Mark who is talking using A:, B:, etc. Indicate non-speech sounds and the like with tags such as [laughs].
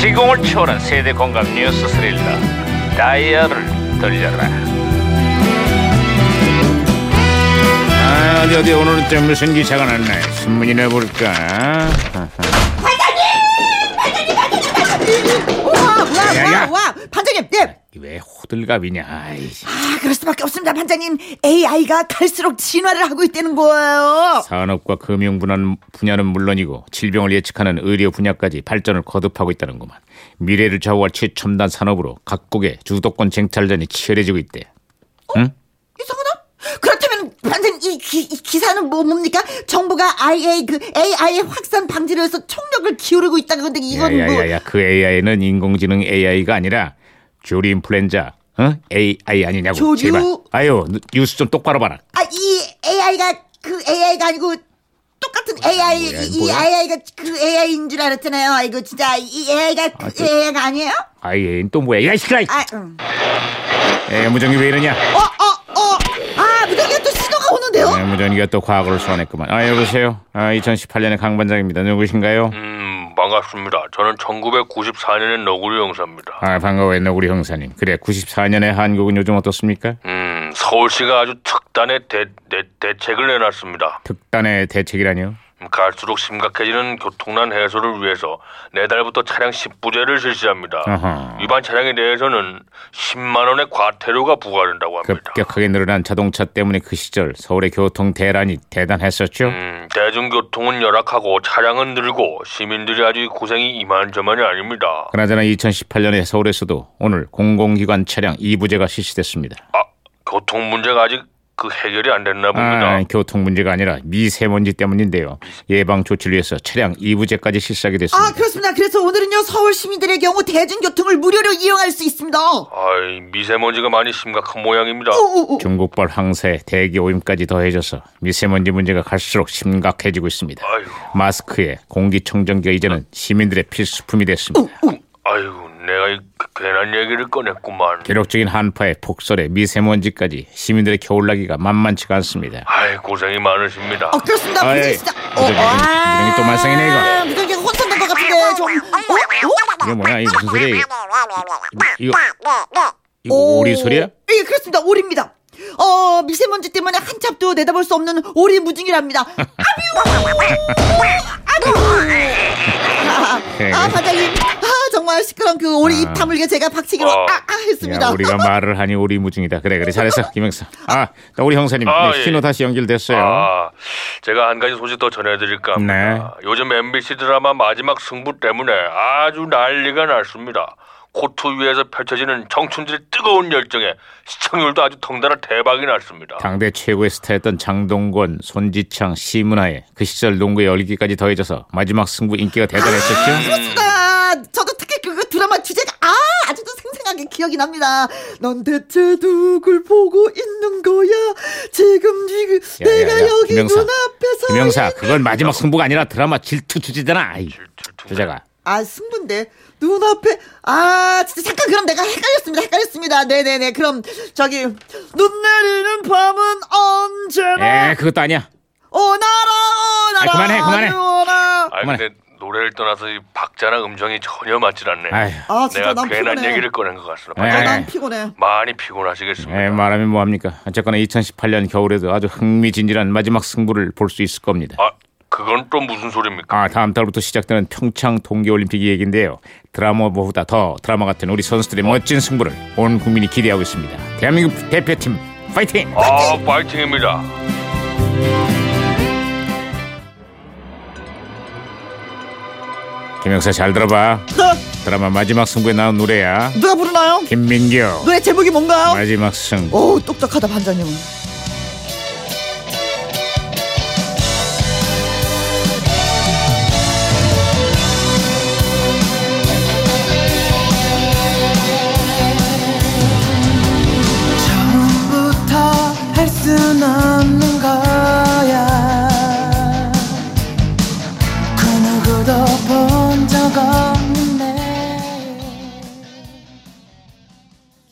A: 시공을 초월한 세대 공감 뉴스 스릴러 다이얼을 돌려라
B: 아, 어디 어디 오늘은 또 무슨 기사가 났나 신문이나 볼까 아,
C: 우와
B: 야, 야.
C: 우와 우와 우와 반장님 네.
B: 왜 호들갑이냐 아이씨.
C: 아 그럴 수밖에 없습니다 반장님 AI가 갈수록 진화를 하고 있다는 거예요
B: 산업과 금융 분야는, 분야는 물론이고 질병을 예측하는 의료 분야까지 발전을 거듭하고 있다는구만 미래를 좌우할 최첨단 산업으로 각국의 주도권 쟁탈전이 치열해지고 있대
C: 이상하다 그렇다면 반장님 이, 기, 이 기사는 뭐 뭡니까 정부가 IA 그 AI의 확산 방지를 위해서 총력을 기울이고 있다는 건데 이건 뭐
B: 야야야야 그 AI는 인공지능 AI가 아니라 조류 인플루엔자 어? AI 아니냐고
C: 조류?
B: 제발 아유 뉴스 좀 똑바로 봐라
C: 아 이 AI가 그 AI가 아니고 똑같은 AI
B: 아, 뭐야,
C: 이
B: 뭐야?
C: AI가 그 AI인 줄 알았잖아요 아이고 진짜 이 AI가 그
B: 저-
C: AI가 아니에요?
B: 아이 또 뭐야 야이 시끄러
C: 아 음.
B: 에 무정이 왜 이러냐
C: 어, 어, 어. 아, 무더기가 또 신호가 오는데요?
B: 네, 무전기가 또 과거를 소환했구만. 아 여보세요. 아 2018년의 강 반장입니다. 누구신가요?
D: 음, 반갑습니다. 저는 1994년의 너구리 형사입니다.
B: 아 반가워요, 우리 형사님. 그래, 94년의 한국은 요즘 어떻습니까?
D: 음, 서울시가 아주 특단의 대, 대, 대책을 내놨습니다.
B: 특단의 대책이라뇨?
D: 음, 갈수록 심각해지는 교통난 해소를 위해서 네 내달부터 차량 10부제를 실시합니다.
B: 어허.
D: 위반 차량에 대해서는 10만 원의 과태료가 부과된다고 합니다.
B: 급격하게 늘어난 자동차 때문에 그 시절 서울의 교통 대란이 대단했었죠.
D: 음, 대중교통은 열악하고 차량은 늘고 시민들이 아주 고생이 이만저만이 아닙니다.
B: 그나저나 2018년에 서울에서도 오늘 공공기관 차량 2부제가 실시됐습니다.
D: 아, 교통 문제가 아직 그 해결이 안 됐나 봅니다.
B: 아, 교통 문제가 아니라 미세먼지 때문인데요. 예방 조치를 위해서 차량 2부제까지 실시하게 됐습니다.
C: 아, 그렇습니다. 그래서 오늘은요, 서울 시민들의 경우 대중교통을 무료로 이용할 수 있습니다. 어, 오,
D: 아이, 미세먼지가 많이 심각한 모양입니다.
C: 오, 오.
B: 중국발 황새, 대기 오염까지 더해져서 미세먼지 문제가 갈수록 심각해지고 있습니다.
D: 아이고,
B: 마스크에 공기청정기가 이제는 시민들의 필수품이 됐습니다.
D: 아이고, 내가 이 괜한 얘기를 꺼냈구만.
B: 기록적인 한파에 폭설에 미세먼지까지 시민들의 겨울나기가 만만치가 않습니다.
D: 아이, 고생이 많으십니다.
C: 어, 그렇습니다.
B: 아이,
C: 무전기 진짜. 어,
B: 무전기,
C: 아.
B: 무전기 또 말썽이네, 이거.
C: 무전기가 혼선된 것 같은데, 좀. 어? 네,
B: 이게 뭐야? 이 무슨 소리야? 이거, 이거, 이거
C: 어?
B: 뭐 오리 소리야?
C: 예, 그렇습니다. 오리입니다. 어, 미세먼지 때문에 한참도 내다볼 수 없는 오리
B: [laughs]
C: 무중이랍니다. 아뮤! 아뮤! 아, 아, 반장님. 아, 정말 시끄러운 그 오리 입 다물게 제가 박치기로 아, 아 했습니다.
B: 아. 어. 야, 우리가 말을 하니 오리 무중이다. 그래, 그래, 잘했어, 김영사. 아, 나 우리 형사님,
D: 아,
B: 네,
D: 예.
B: 신호 다시 연결됐어요.
D: 아, 제가 한 가지 소식 더 전해드릴까
B: 네.
D: 합니다. 요즘 MBC 드라마 마지막 승부 때문에 아주 난리가 났습니다. 코트 위에서 펼쳐지는 청춘들의 뜨거운 열정에 시청률도 아주 덩달아 대박이 났습니다.
B: 당대 최고의 스타였던 장동건, 손지창, 시문하에 그 시절 농구의 열기까지 더해져서 마지막 승부 인기가 대단했었죠.
C: 그렇습니다. 저도 특히 그 드라마 주제가 아 아직도 생생하게 기억이 납니다. 넌 대체 누굴 보고 있는 거야? 지금 지금
B: 야, 야, 야,
C: 내가 여기
B: 김영사.
C: 눈앞에서
B: 김영사,
C: 있는-
B: 그건 마지막 승부가 아니라 드라마 질투 주제잖아. 아이, 주제가.
C: 아 승부인데 눈앞에 아 진짜 잠깐 그럼 내가 헷갈렸습니다. 헷갈렸습니다. 네네네 그럼 저기 눈 내리는 밤은 언제나
B: 에, 그것도 아니야.
C: 오나라 오나라
B: 아, 그만해, 그만해.
C: 오나라.
D: 아이, 근데 노래를 떠나서 이 박자나 음정이 전혀 맞질 않네.
B: 아휴.
C: 아 진짜
D: 내가
C: 난
D: 괜한
C: 피곤해.
D: 얘기를 꺼낸 것 같습니다.
B: 네.
C: 아,
D: 반장님,
C: 난 피곤해.
D: 많이
B: 에,
D: 피곤하시겠습니다.
B: 말하면 뭐합니까? 어쨌거나 2018년 겨울에도 아주 흥미진진한 마지막 승부를 볼 수 있을 겁니다.
D: 아, 그건 또 무슨 소리입니까?
B: 아, 다음 달부터 시작되는 평창 동계올림픽 얘기인데요. 드라마보다 더 드라마 같은 우리 선수들의 멋진 승부를 온 국민이 기대하고 있습니다. 대한민국 대표팀 파이팅!
D: 아, 파이팅입니다.
B: 김영사 잘 들어봐.
C: 자,
B: 드라마 마지막 승부에 나온 노래야.
C: 누가 부르나요?
B: 김민규
C: 노래 제목이 뭔가요?
B: 마지막 승부.
C: 오 똑똑하다 반장님은 그